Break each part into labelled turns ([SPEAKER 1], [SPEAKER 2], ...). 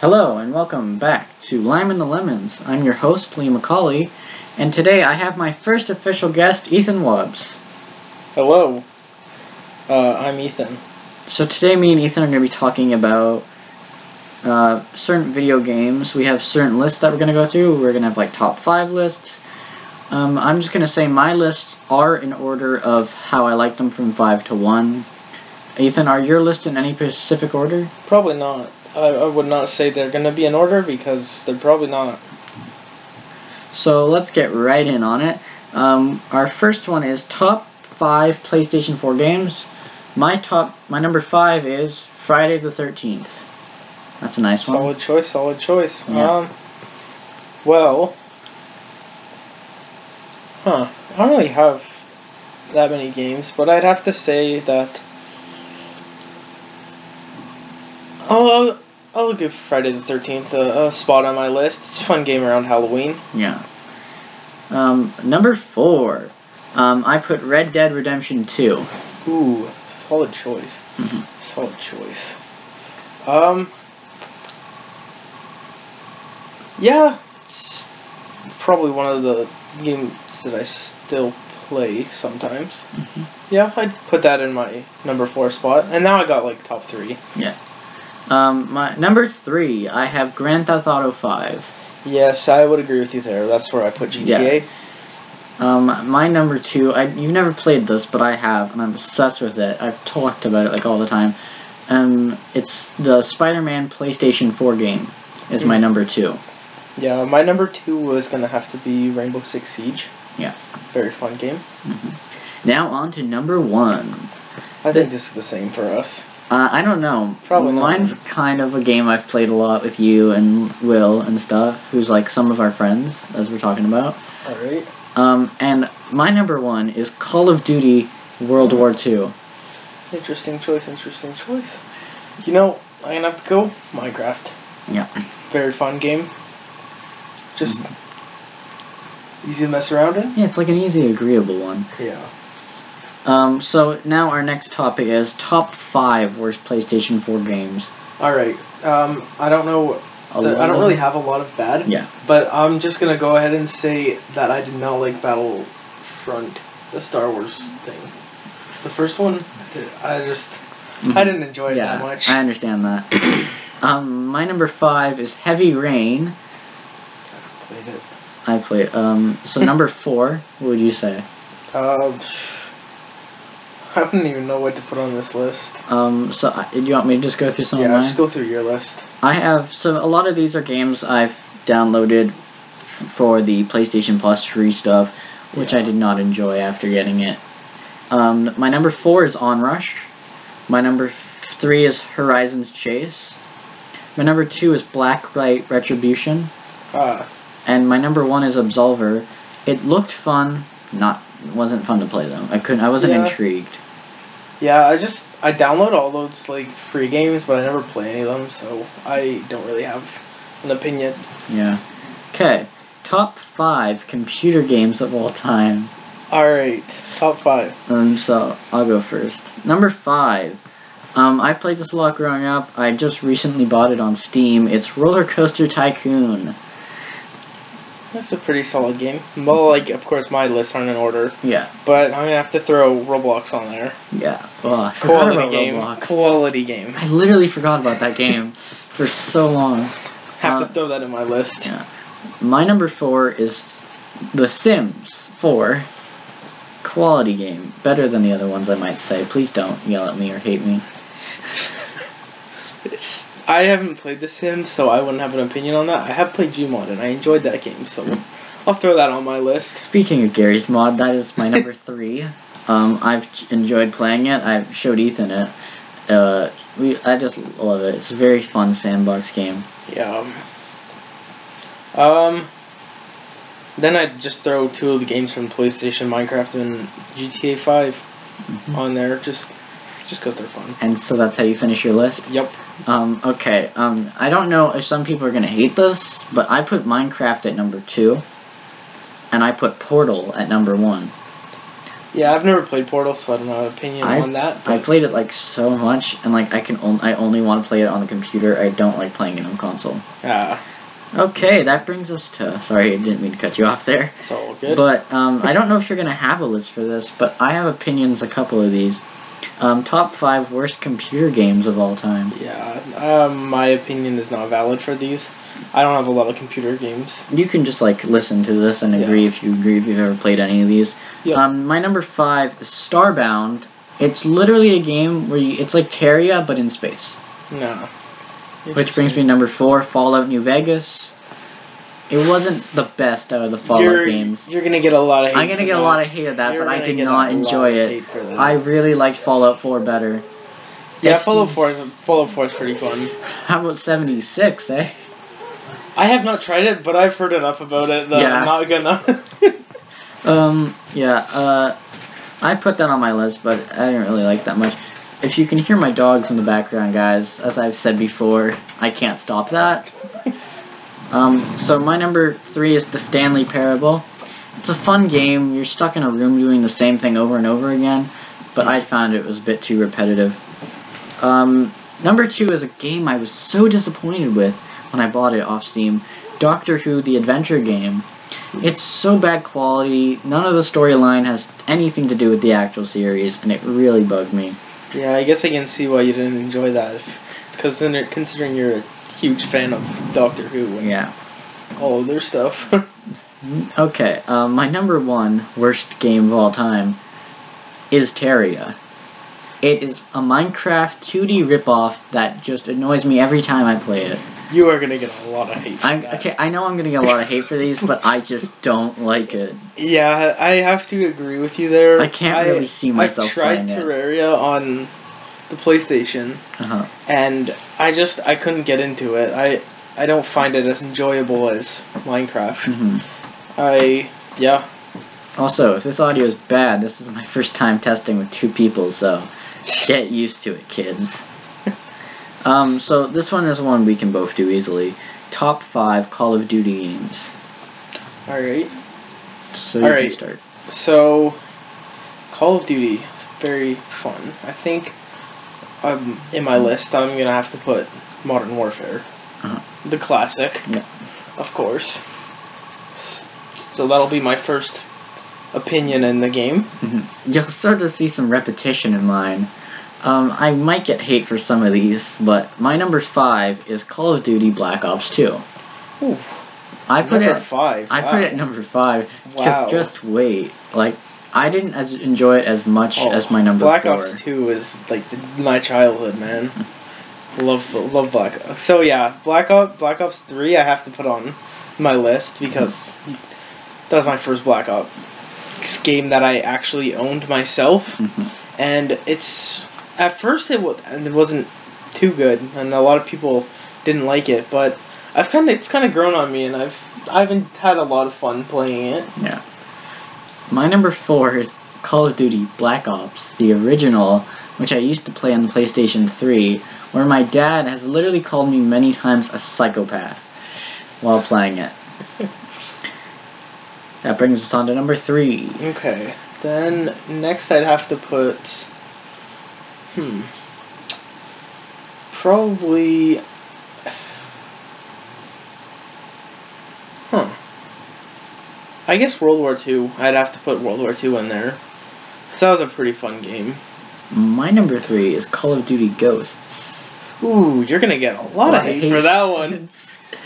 [SPEAKER 1] Hello and welcome back to Lime and the Lemons. I'm your host, Lee McCauley, and today I have my first official guest, Ethan Wubbs.
[SPEAKER 2] Hello. Uh, I'm Ethan.
[SPEAKER 1] So today me and Ethan are going to be talking about uh, certain video games. We have certain lists that we're going to go through. We're going to have like top five lists. Um, I'm just going to say my lists are in order of how I like them from five to one. Ethan, are your lists in any specific order?
[SPEAKER 2] Probably not. I, I would not say they're going to be in order because they're probably not.
[SPEAKER 1] So let's get right in on it. Um, our first one is top five PlayStation 4 games. My top, my number five is Friday the 13th. That's a nice one.
[SPEAKER 2] Solid choice, solid choice.
[SPEAKER 1] Yeah.
[SPEAKER 2] Um, well, huh. I don't really have that many games, but I'd have to say that I'll, I'll give Friday the 13th a, a spot on my list. It's a fun game around Halloween.
[SPEAKER 1] Yeah. Um, number four, um, I put Red Dead Redemption 2.
[SPEAKER 2] Ooh, solid choice.
[SPEAKER 1] Mhm.
[SPEAKER 2] Solid choice. Um. Yeah, it's probably one of the games that I still play sometimes.
[SPEAKER 1] Mm-hmm.
[SPEAKER 2] Yeah, I'd put that in my number four spot, and now I got like top three.
[SPEAKER 1] Um, my number three, I have Grand Theft Auto 5.
[SPEAKER 2] Yes, I would agree with you there. That's where I put GTA.
[SPEAKER 1] Um, my number two, I you've never played this, but I have, and I'm obsessed with it. I've talked about it like all the time. Um, it's the Spider-Man PlayStation 4 game is my
[SPEAKER 2] Mhm.
[SPEAKER 1] number two.
[SPEAKER 2] Yeah, my number two was gonna have to be Rainbow Six Siege.
[SPEAKER 1] Yeah.
[SPEAKER 2] very fun game.
[SPEAKER 1] Now on to number one.
[SPEAKER 2] I
[SPEAKER 1] The-
[SPEAKER 2] think this is the same for us.
[SPEAKER 1] Uh, I don't know.
[SPEAKER 2] Probably not.
[SPEAKER 1] Mine's kind of a game I've played a lot with you and Will and stuff, who's like some of our friends, as we're talking about.
[SPEAKER 2] All right.
[SPEAKER 1] Um, and my number one is Call of Duty World War II.
[SPEAKER 2] Interesting choice, interesting choice. You know, I'm gonna have to go Minecraft.
[SPEAKER 1] Yeah.
[SPEAKER 2] Very fun game. Just
[SPEAKER 1] Mm-hmm.
[SPEAKER 2] easy to mess around in.
[SPEAKER 1] Yeah, it's like an easy, agreeable one.
[SPEAKER 2] Yeah.
[SPEAKER 1] Um, so now our next topic is top five worst PlayStation 4 games.
[SPEAKER 2] Alright. Um, I don't know
[SPEAKER 1] A
[SPEAKER 2] the- I
[SPEAKER 1] lot
[SPEAKER 2] don't
[SPEAKER 1] of-
[SPEAKER 2] really have a lot of bad.
[SPEAKER 1] Yeah.
[SPEAKER 2] But I'm just gonna go ahead and say that I did not like Battlefront, the Star Wars thing. The first one, I did- I just I didn't enjoy
[SPEAKER 1] Mm-hmm.
[SPEAKER 2] it
[SPEAKER 1] yeah,
[SPEAKER 2] that much.
[SPEAKER 1] I understand that. um, my number five is Heavy Rain.
[SPEAKER 2] played it.
[SPEAKER 1] I play. Um, so number four, what would you say?
[SPEAKER 2] Um, I wouldn't even know what to put on this list.
[SPEAKER 1] Um, so I, do you want me to just go through some of
[SPEAKER 2] yeah,
[SPEAKER 1] mine?
[SPEAKER 2] just go through your list.
[SPEAKER 1] I have so a lot of these are games I've downloaded f- for the PlayStation Plus free stuff, which I
[SPEAKER 2] Yeah.
[SPEAKER 1] did not enjoy after getting it. Um, my number four is Onrush. My number f- three is Horizons Chase. My number two is Blacklight Retribution,
[SPEAKER 2] Ah,
[SPEAKER 1] and my number one is Absolver. It looked fun, not wasn't fun to play though. I couldn't. I wasn't
[SPEAKER 2] Yeah.
[SPEAKER 1] intrigued.
[SPEAKER 2] yeah. I just I download all those like free games, but I never play any of them, so I don't really have an opinion.
[SPEAKER 1] Yeah. Okay. Top five computer games of all time.
[SPEAKER 2] All right, top five.
[SPEAKER 1] Um, so I'll go first. Number five. Um, I played this a lot growing up. I just recently bought it on Steam. It's Roller Coaster Tycoon.
[SPEAKER 2] That's a pretty solid game. Well, like of course my lists aren't in order,
[SPEAKER 1] Yeah,
[SPEAKER 2] but I'm gonna have to throw Roblox on there.
[SPEAKER 1] yeah. Oh, I forgot
[SPEAKER 2] Quality
[SPEAKER 1] about
[SPEAKER 2] game.
[SPEAKER 1] Roblox.
[SPEAKER 2] Quality game.
[SPEAKER 1] I literally forgot about that game for so long.
[SPEAKER 2] Have
[SPEAKER 1] Uh,
[SPEAKER 2] to throw that in my list.
[SPEAKER 1] yeah. My number four is The Sims 4. Quality game. Better than the other ones, I might say. Please don't yell at me or hate me.
[SPEAKER 2] It's, I haven't played The Sims, so I wouldn't have an opinion on that. I have played Gmod, and I enjoyed that game, so I'll throw that on my list.
[SPEAKER 1] Speaking of Gary's mod, that is my number three. Um, I've j- enjoyed playing it. I showed Ethan it. Uh, we, I just love it. It's a very fun sandbox game.
[SPEAKER 2] Yeah. Um. Then I'd just throw two of the games from PlayStation, Minecraft, and GTA 5
[SPEAKER 1] Mm-hmm.
[SPEAKER 2] on there. Just, just go they're fun.
[SPEAKER 1] And so that's how you finish your list.
[SPEAKER 2] Yep.
[SPEAKER 1] Um, okay. Um, I don't know if some people are gonna hate this, but I put Minecraft at number two, and I put Portal at number one.
[SPEAKER 2] Yeah, I've never played Portal, so I don't have an opinion
[SPEAKER 1] I-
[SPEAKER 2] on that.
[SPEAKER 1] I played it like so much, and like I can on- I only want to play it on the computer. I don't like playing it on console.
[SPEAKER 2] Ah,
[SPEAKER 1] Okay,
[SPEAKER 2] Makes
[SPEAKER 1] that
[SPEAKER 2] sense.
[SPEAKER 1] brings us to. Sorry, I didn't mean to cut you off there.
[SPEAKER 2] it's all good.
[SPEAKER 1] But um, I don't know if you're gonna have a list for this, but I have opinions a couple of these. Um, top five worst computer games of all time.
[SPEAKER 2] yeah, um, my opinion is not valid for these. I don't have a lot of computer games.
[SPEAKER 1] You can just like listen to this and
[SPEAKER 2] Yeah.
[SPEAKER 1] agree if you agree if you've ever played any of these.
[SPEAKER 2] Yeah.
[SPEAKER 1] Um, my number five, is Starbound. It's literally a game where you, it's like Terraria but in space.
[SPEAKER 2] No.
[SPEAKER 1] Which brings me to number four, Fallout New Vegas. It wasn't the best out of the Fallout
[SPEAKER 2] you're,
[SPEAKER 1] games.
[SPEAKER 2] You're gonna get a lot of. Hate
[SPEAKER 1] I'm gonna
[SPEAKER 2] for
[SPEAKER 1] get
[SPEAKER 2] that.
[SPEAKER 1] a lot of hate at that,
[SPEAKER 2] You're
[SPEAKER 1] but I
[SPEAKER 2] gonna
[SPEAKER 1] did
[SPEAKER 2] get a
[SPEAKER 1] not enjoy
[SPEAKER 2] lot of
[SPEAKER 1] it.
[SPEAKER 2] hate for that.
[SPEAKER 1] I really liked Fallout 4 better.
[SPEAKER 2] yeah,
[SPEAKER 1] if
[SPEAKER 2] Fallout
[SPEAKER 1] you-
[SPEAKER 2] Four is Fallout Four is pretty fun.
[SPEAKER 1] How about 76, eh?
[SPEAKER 2] I have not tried it, but I've heard enough about it that
[SPEAKER 1] Yeah.
[SPEAKER 2] I'm not gonna.
[SPEAKER 1] Um, yeah, uh, I put that on my list, but I didn't really like that much. If you can hear my dogs in the background, guys, as I've said before, I can't stop that. Um, so my number three is the Stanley Parable. It's a fun game. You're stuck in a room doing the same thing over and over again, but I found it was a bit too repetitive. Um, number two is a game I was so disappointed with when I bought it off Steam. Doctor Who: The Adventure Game. It's so bad quality. None of the storyline has anything to do with the actual series, and it really bugged me.
[SPEAKER 2] yeah, I guess I can see why you didn't enjoy that, because then it- considering you're a huge fan of Doctor Who and
[SPEAKER 1] Yeah.
[SPEAKER 2] all of their stuff.
[SPEAKER 1] Okay. Um, my number one worst game of all time is Terraria. It is a Minecraft 2D ripoff that just annoys me every time I play it.
[SPEAKER 2] you are gonna get a lot of hate. For
[SPEAKER 1] I
[SPEAKER 2] that.
[SPEAKER 1] okay. I know I'm gonna get a lot of hate for these, but I just don't like it.
[SPEAKER 2] Yeah, I have to agree with you there.
[SPEAKER 1] I can't really see myself
[SPEAKER 2] I tried
[SPEAKER 1] playing it.
[SPEAKER 2] Terraria on the PlayStation,
[SPEAKER 1] Uh-huh.
[SPEAKER 2] and I just I couldn't get into it. I I don't find it as enjoyable as Minecraft.
[SPEAKER 1] Mhm.
[SPEAKER 2] I yeah.
[SPEAKER 1] Also, if this audio is bad, this is my first time testing with two people, so get used to it, kids. Um, so this one is one we can both do easily. Top five Call of Duty games.
[SPEAKER 2] All right.
[SPEAKER 1] So you can
[SPEAKER 2] Alright.
[SPEAKER 1] start.
[SPEAKER 2] So, Call of Duty is very fun. I think um, in my list I'm gonna have to put Modern Warfare,
[SPEAKER 1] Uh-huh.
[SPEAKER 2] the classic,
[SPEAKER 1] Yeah.
[SPEAKER 2] of course. So that'll be my first opinion in the game.
[SPEAKER 1] You'll start to see some repetition in mine. Um, I might get hate for some of these, but my number five is Call of Duty Black Ops Two.
[SPEAKER 2] Ooh,
[SPEAKER 1] I put
[SPEAKER 2] number
[SPEAKER 1] it.
[SPEAKER 2] five.
[SPEAKER 1] I
[SPEAKER 2] wow.
[SPEAKER 1] put it at number five.
[SPEAKER 2] Wow.
[SPEAKER 1] Because just wait, like I didn't as enjoy it as much
[SPEAKER 2] Oh,
[SPEAKER 1] as my number
[SPEAKER 2] Black
[SPEAKER 1] four.
[SPEAKER 2] Ops Two is like the, my childhood, man. love love Black Ops. So yeah, Black Ops Black Ops Three I have to put on my list because that was my first Black Ops game that I actually owned myself,
[SPEAKER 1] Mhm.
[SPEAKER 2] and it's at first it was and it wasn't too good, and a lot of people didn't like it, but I've kind of it's kind of grown on me, and I've I've been- had a lot of fun playing it.
[SPEAKER 1] Yeah. My number four is Call of Duty Black Ops, the original, which I used to play on the PlayStation 3, where my dad has literally called me many times a psychopath while playing it. that brings us on to number three.
[SPEAKER 2] Okay. Then next I'd have to put hmm probably Huh. I guess World War II. I'd have to put World War II in there. 'Cause that was a pretty fun game.
[SPEAKER 1] My number three is Call of Duty Ghosts.
[SPEAKER 2] Ooh, you're gonna get a lot of hate for that one.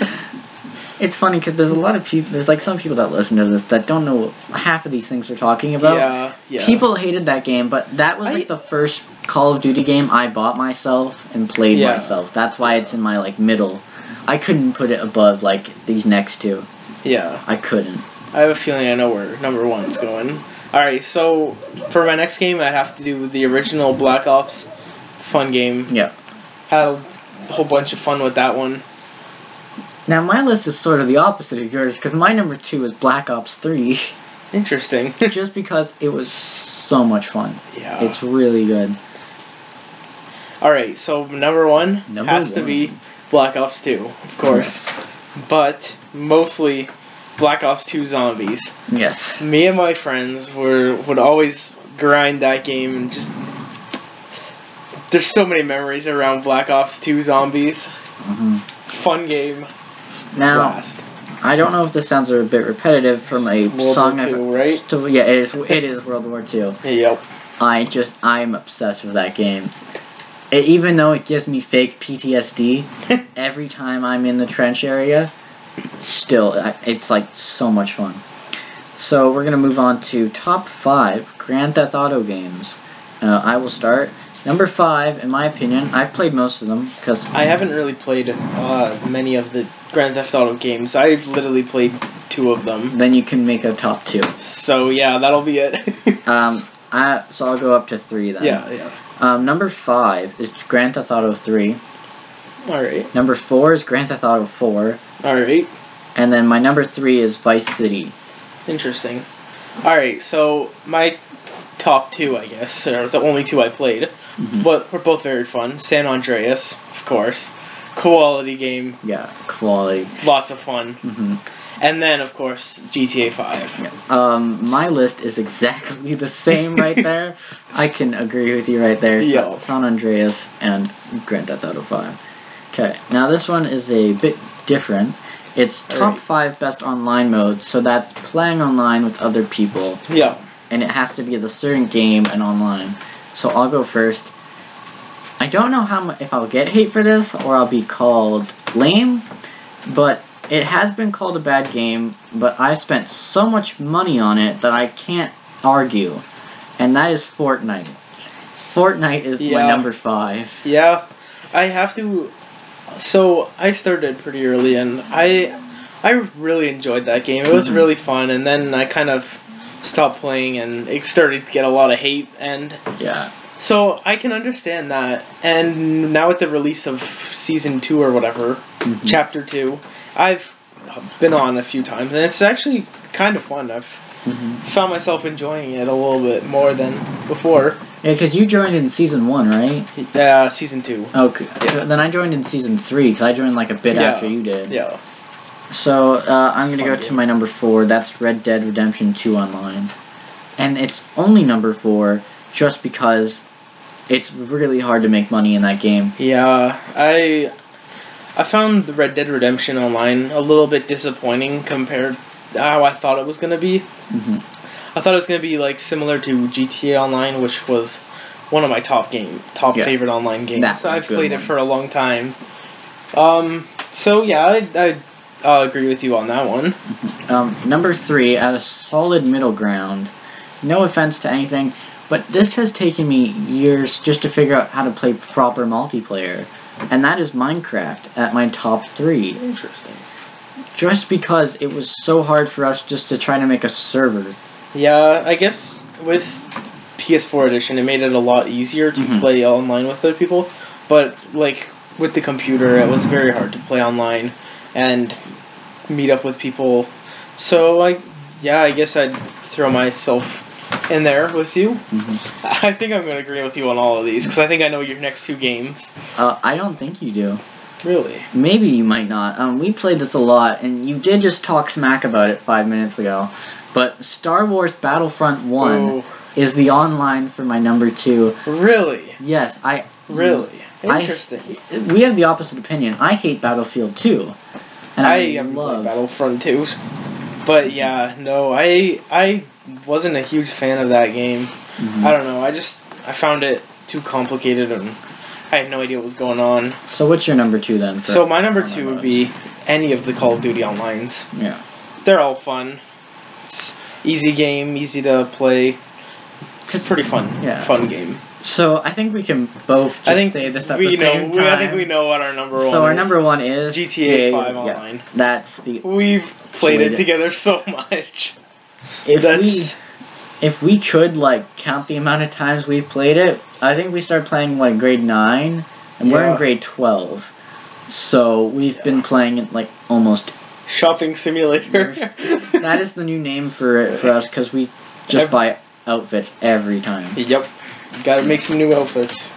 [SPEAKER 1] It's funny because there's a lot of people, there's like some people that listen to this that don't know half of these things we're talking about.
[SPEAKER 2] yeah, yeah.
[SPEAKER 1] People hated that game, but that was
[SPEAKER 2] I-
[SPEAKER 1] like the first Call of Duty game I bought myself and played
[SPEAKER 2] Yeah.
[SPEAKER 1] myself. That's why it's in my like middle. I couldn't put it above like these next two.
[SPEAKER 2] yeah.
[SPEAKER 1] I couldn't.
[SPEAKER 2] I have a feeling I know where number one's going. Alright, so for my next game, I'd have to do the original Black Ops. Fun game.
[SPEAKER 1] Yeah.
[SPEAKER 2] Had a whole bunch of fun with that one.
[SPEAKER 1] Now my list is sort of the opposite of yours because my number two is Black Ops Three,
[SPEAKER 2] Interesting.
[SPEAKER 1] just because it was so much fun.
[SPEAKER 2] yeah.
[SPEAKER 1] It's really good.
[SPEAKER 2] Alright, so number one
[SPEAKER 1] Number
[SPEAKER 2] has to be Black Ops 2, of course. but mostly Black Ops 2 Zombies.
[SPEAKER 1] Yes.
[SPEAKER 2] Me and my friends were would always grind that game and just there's so many memories around Black Ops 2 Zombies.
[SPEAKER 1] hmm
[SPEAKER 2] Mm-hmm. Fun game. It's
[SPEAKER 1] Now,
[SPEAKER 2] blast.
[SPEAKER 1] I don't know if this sounds a bit repetitive from a
[SPEAKER 2] It's World
[SPEAKER 1] song.
[SPEAKER 2] War
[SPEAKER 1] I've-
[SPEAKER 2] II, right?
[SPEAKER 1] to- yeah, it is. It is World War Two.
[SPEAKER 2] Yep.
[SPEAKER 1] I just I'm obsessed with that game. It, even though it gives me fake PTSD every time I'm in the trench area, still I- it's like so much fun. So we're gonna move on to top five Grand Theft Auto games. Uh, I will start. Number five, in my opinion, I've played most of them because
[SPEAKER 2] I haven't really played uh, many of the Grand Theft Auto games. I've literally played two of them.
[SPEAKER 1] then you can make a top two.
[SPEAKER 2] So yeah, that'll be it.
[SPEAKER 1] Um, I so I'll go up to three then.
[SPEAKER 2] yeah, yeah.
[SPEAKER 1] Um, number five is Grand Theft Auto Three.
[SPEAKER 2] All right,
[SPEAKER 1] Number four is Grand Theft Auto Four.
[SPEAKER 2] all right.
[SPEAKER 1] And then my number three is Vice City.
[SPEAKER 2] Interesting. All right, so my top two, I guess, are the only two I played, but were both very fun. San Andreas, of course, quality game,
[SPEAKER 1] Yeah, quality.
[SPEAKER 2] lots of fun,
[SPEAKER 1] hmm
[SPEAKER 2] and then of course GTA Five.
[SPEAKER 1] Um, my list is exactly the same right there. I can agree with you right there. So,
[SPEAKER 2] Yeah.
[SPEAKER 1] San Andreas and Grand Theft Auto Five. Okay, now this one is a bit different. It's top
[SPEAKER 2] Alright.
[SPEAKER 1] five best online modes, so that's playing online with other people,
[SPEAKER 2] Yeah,
[SPEAKER 1] and it has to be the certain game and online. So I'll go first. I don't know how mu- if I'll get hate for this or I'll be called lame, but it has been called a bad game. But I've spent so much money on it that I can't argue, and that is Fortnite. Fortnite is my
[SPEAKER 2] Yeah.
[SPEAKER 1] number five.
[SPEAKER 2] yeah. I have to. So I started pretty early, and I, I really enjoyed that game. It was
[SPEAKER 1] Mhm.
[SPEAKER 2] really fun, and then I kind of stopped playing, and it started to get a lot of hate, and
[SPEAKER 1] Yeah,
[SPEAKER 2] So I can understand that, and now with the release of season two or whatever,
[SPEAKER 1] Mhm.
[SPEAKER 2] chapter two, I've been on a few times, and it's actually kind of fun. I've
[SPEAKER 1] Mhm.
[SPEAKER 2] found myself enjoying it a little bit more than before.
[SPEAKER 1] because you joined in season one, right?
[SPEAKER 2] Uh, season two,
[SPEAKER 1] Okay.
[SPEAKER 2] Yeah.
[SPEAKER 1] Then I joined in season three because I joined like a bit
[SPEAKER 2] Yeah.
[SPEAKER 1] after you did.
[SPEAKER 2] yeah,
[SPEAKER 1] So uh, I'm gonna
[SPEAKER 2] Fun
[SPEAKER 1] go to
[SPEAKER 2] game.
[SPEAKER 1] my number four. That's Red Dead Redemption Two Online, and it's only number four just because it's really hard to make money in that game.
[SPEAKER 2] yeah. I I found the Red Dead Redemption online a little bit disappointing compared to how I thought it was gonna be.
[SPEAKER 1] Mhm.
[SPEAKER 2] I thought it was gonna be like similar to GTA Online, which was one of my top game, top
[SPEAKER 1] Yeah.
[SPEAKER 2] favorite online games.
[SPEAKER 1] That was a
[SPEAKER 2] I've
[SPEAKER 1] good
[SPEAKER 2] played
[SPEAKER 1] one.
[SPEAKER 2] it for a long time. Um, so yeah, I, I I'll agree with you on that one.
[SPEAKER 1] Um, number three, at a solid middle ground. No offense to anything, but this has taken me years just to figure out how to play proper multiplayer, and that is Minecraft at my top three.
[SPEAKER 2] Interesting.
[SPEAKER 1] Just because it was so hard for us just to try to make a server.
[SPEAKER 2] Yeah, I guess with PS4 edition, it made it a lot easier to
[SPEAKER 1] Mhm.
[SPEAKER 2] play online with other people. But like with the computer, it was very hard to play online and meet up with people. So I, yeah, I guess I'd throw myself in there with you. I think I'm gonna agree with you on all of these because I think I know your next two games.
[SPEAKER 1] Uh, I don't think you do.
[SPEAKER 2] Really?
[SPEAKER 1] Maybe you might not. Um, we played this a lot, and you did just talk smack about it five minutes ago. But Star Wars Battlefront 1
[SPEAKER 2] Oh,
[SPEAKER 1] is the online for my number two.
[SPEAKER 2] really?
[SPEAKER 1] Yes, I.
[SPEAKER 2] Really?
[SPEAKER 1] I-
[SPEAKER 2] Interesting.
[SPEAKER 1] We have the opposite opinion. I hate Battlefield 2. And
[SPEAKER 2] I
[SPEAKER 1] I,
[SPEAKER 2] am
[SPEAKER 1] love.
[SPEAKER 2] Battlefront 2. But yeah, no, I I wasn't a huge fan of that game.
[SPEAKER 1] Mhm.
[SPEAKER 2] I don't know. I just I found it too complicated and I had no idea what was going on.
[SPEAKER 1] so, what's your number two then? For
[SPEAKER 2] So my number
[SPEAKER 1] online
[SPEAKER 2] 2 would
[SPEAKER 1] modes?
[SPEAKER 2] be any of the Call of Duty onlines.
[SPEAKER 1] Yeah.
[SPEAKER 2] They're all fun. It's easy game, easy to play. It's pretty fun.
[SPEAKER 1] Yeah.
[SPEAKER 2] Fun game.
[SPEAKER 1] So, I think we can both just
[SPEAKER 2] I think
[SPEAKER 1] say this at
[SPEAKER 2] we
[SPEAKER 1] the
[SPEAKER 2] know.
[SPEAKER 1] same
[SPEAKER 2] we-
[SPEAKER 1] time.
[SPEAKER 2] I think we know what our number one.
[SPEAKER 1] So, our
[SPEAKER 2] is.
[SPEAKER 1] number one is
[SPEAKER 2] GTA Five
[SPEAKER 1] yeah,
[SPEAKER 2] Online.
[SPEAKER 1] That's the.
[SPEAKER 2] We've played
[SPEAKER 1] Played
[SPEAKER 2] it
[SPEAKER 1] it.
[SPEAKER 2] together so much.
[SPEAKER 1] If we
[SPEAKER 2] That's
[SPEAKER 1] if we could like count the amount of times we've played it, I think we started playing like grade nine, and we're in
[SPEAKER 2] Yeah.
[SPEAKER 1] grade twelve, so we've been playing it like almost.
[SPEAKER 2] shopping simulator.
[SPEAKER 1] That is the new name for it for us because we just
[SPEAKER 2] Ev-
[SPEAKER 1] buy outfits every time.
[SPEAKER 2] yep. Gotta make some new outfits.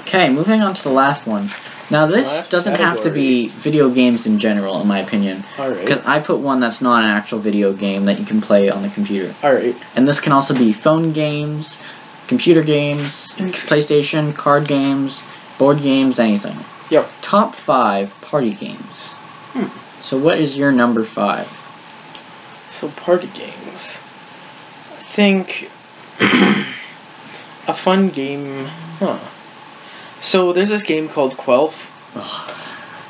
[SPEAKER 1] Okay, moving on to the last one. Now this
[SPEAKER 2] Last
[SPEAKER 1] doesn't have to
[SPEAKER 2] category.
[SPEAKER 1] be video games in general, in my opinion.
[SPEAKER 2] All right.
[SPEAKER 1] Because I put one that's not an actual video game that you can play on the computer.
[SPEAKER 2] All right.
[SPEAKER 1] And this can also be phone games, computer games, PlayStation, card games, board games, anything.
[SPEAKER 2] Yep.
[SPEAKER 1] Top five party games.
[SPEAKER 2] Hmm.
[SPEAKER 1] So what is your number five?
[SPEAKER 2] So party games. I think a fun game. Huh. So there's this game called Quelf.
[SPEAKER 1] Ugh.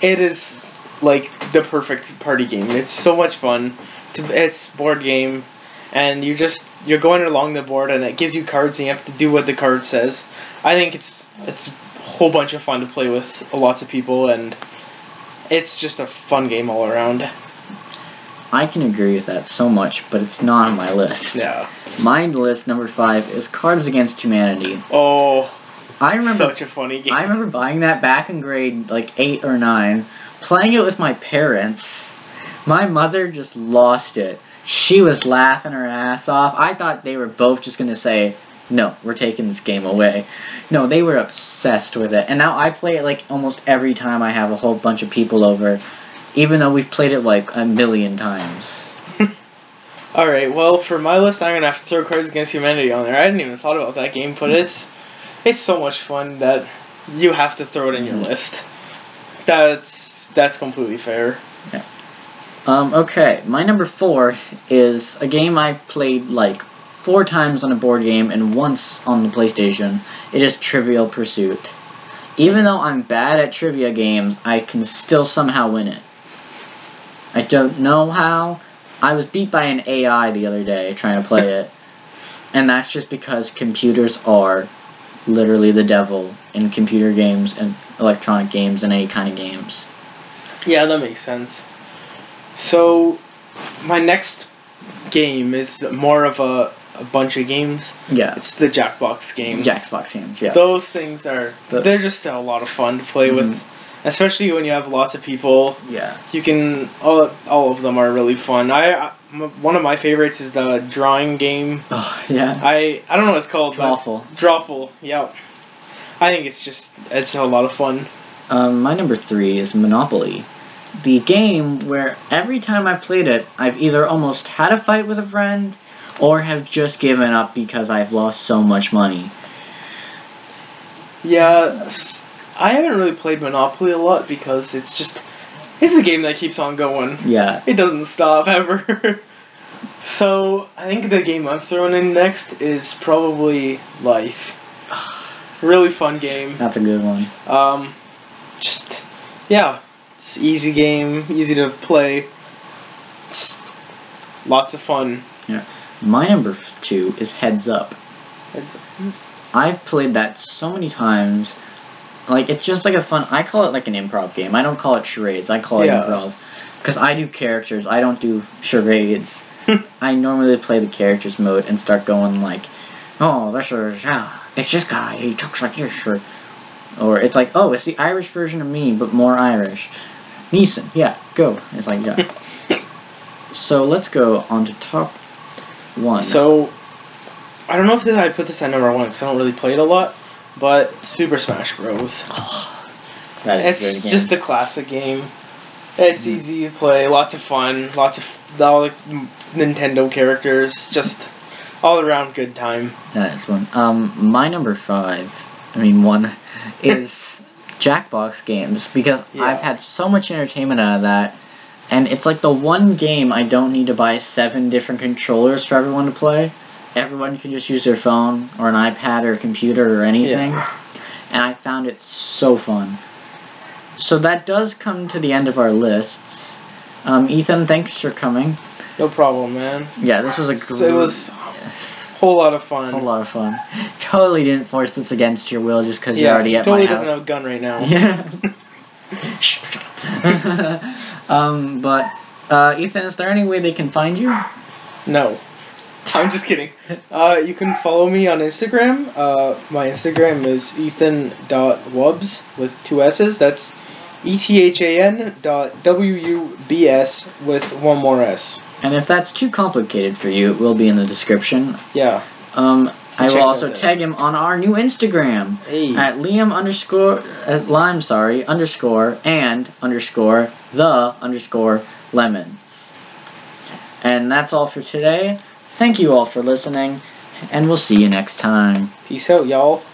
[SPEAKER 2] It is like the perfect party game. It's so much fun. To- It's board game, and you just you're going along the board, and it gives you cards, and you have to do what the card says. I think it's it's a whole bunch of fun to play with lots of people, and it's just a fun game all around.
[SPEAKER 1] I can agree with that so much, but it's not on my list.
[SPEAKER 2] Yeah.
[SPEAKER 1] My list number five is Cards Against Humanity.
[SPEAKER 2] Oh,
[SPEAKER 1] I remember
[SPEAKER 2] such a funny game.
[SPEAKER 1] I remember buying that back in grade like eight or nine, playing it with my parents. My mother just lost it. She was laughing her ass off. I thought they were both just gonna say, "No, we're taking this game away." No, they were obsessed with it, and now I play it like almost every time I have a whole bunch of people over, even though we've played it like a million times.
[SPEAKER 2] All right. Well, for my list, I'm gonna have to throw Cards Against Humanity on there. I hadn't even thought about that game,
[SPEAKER 1] Hmm.
[SPEAKER 2] but it's it's so much fun that you have to throw it in your
[SPEAKER 1] Hmm.
[SPEAKER 2] list. That's that's completely fair.
[SPEAKER 1] Um, okay, my number four is a game I played like four times on a board game and once on the PlayStation. It is Trivial Pursuit. Even though I'm bad at trivia games, I can still somehow win it. I don't know how. I was beat by an AI the other day trying to play it. And that's just because computers are literally the devil in computer games and electronic games and any kind of games.
[SPEAKER 2] Yeah, that makes sense. So, my next game is more of a, a bunch of games.
[SPEAKER 1] Yeah.
[SPEAKER 2] It's the Jackbox games.
[SPEAKER 1] Jackbox games, yeah.
[SPEAKER 2] Those things are
[SPEAKER 1] The- Hmm.
[SPEAKER 2] they're just a lot of fun to play with, especially when you have lots of people.
[SPEAKER 1] Yeah.
[SPEAKER 2] You can all all of them are really fun. I, I m- one of my favorites is the drawing game.
[SPEAKER 1] Oh, yeah.
[SPEAKER 2] I I don't know what it's called.
[SPEAKER 1] It's
[SPEAKER 2] but-
[SPEAKER 1] awful.
[SPEAKER 2] Drawful. Yep. I think it's just it's a lot of fun.
[SPEAKER 1] Um, my number three is Monopoly. The game where every time I played it, I've either almost had a fight with a friend or have just given up because I've lost so much money.
[SPEAKER 2] Yeah. s- I haven't really played Monopoly a lot because it's just it's a game that keeps on going.
[SPEAKER 1] Yeah.
[SPEAKER 2] It doesn't stop ever. so I think the game I'm throwing in next is probably Life. Really fun game.
[SPEAKER 1] That's a good one.
[SPEAKER 2] Um, just yeah, it's an easy game, easy to play. It's lots of fun.
[SPEAKER 1] My number f- two is Heads Up.
[SPEAKER 2] It's,
[SPEAKER 1] I've played that so many times. Like it's just like a fun. I call it like an improv game. I don't call it charades. I call it
[SPEAKER 2] Yeah.
[SPEAKER 1] improv because I do characters. I don't do charades. I normally play the characters mode and start going like, "Oh, this is ah, it's this guy. He talks like this," or, or it's like, "Oh, it's the Irish version of me, but more Irish." Neeson, yeah, go. It's like yeah. so let's go on to top one.
[SPEAKER 2] so I don't know if this, I put this at number one because I don't really play it a lot, but Super Smash Bros.
[SPEAKER 1] That is
[SPEAKER 2] It's
[SPEAKER 1] good again.
[SPEAKER 2] just a classic game. It's easy to play, lots of fun, lots of all the Nintendo characters, just all around good time.
[SPEAKER 1] That's one. Um, my number five, I mean one, is Jackbox games because
[SPEAKER 2] Yeah.
[SPEAKER 1] I've had so much entertainment out of that, and it's like the one game I don't need to buy seven different controllers for everyone to play. Everyone can just use their phone or an iPad or a computer or anything, and I found it so fun. So that does come to the end of our lists. Um, Ethan, thanks for coming.
[SPEAKER 2] No problem, man.
[SPEAKER 1] Yeah, this was a
[SPEAKER 2] So
[SPEAKER 1] great.
[SPEAKER 2] it was whole lot of fun.
[SPEAKER 1] A lot of fun. Totally didn't force this against your will just because
[SPEAKER 2] yeah,
[SPEAKER 1] you're already at
[SPEAKER 2] totally
[SPEAKER 1] my
[SPEAKER 2] doesn't have
[SPEAKER 1] house.
[SPEAKER 2] a gun right now.
[SPEAKER 1] Yeah. um, but uh, Ethan, is there any way they can find you?
[SPEAKER 2] No. I'm just kidding. Uh, you can follow me on Instagram. Uh, my Instagram is ethan.wubs with two S's. That's E E-T-H-A-N dot W-U-B-S with one more S.
[SPEAKER 1] And if that's too complicated for you, it will be in the description.
[SPEAKER 2] Yeah.
[SPEAKER 1] Um, I
[SPEAKER 2] Check
[SPEAKER 1] will
[SPEAKER 2] out
[SPEAKER 1] also
[SPEAKER 2] that.
[SPEAKER 1] tag him on our new Instagram
[SPEAKER 2] Hey.
[SPEAKER 1] at Liam underscore uh, Lime, sorry underscore and underscore the underscore lemons. And that's all for today. Thank you all for listening, and we'll see you next time.
[SPEAKER 2] Peace out, y'all.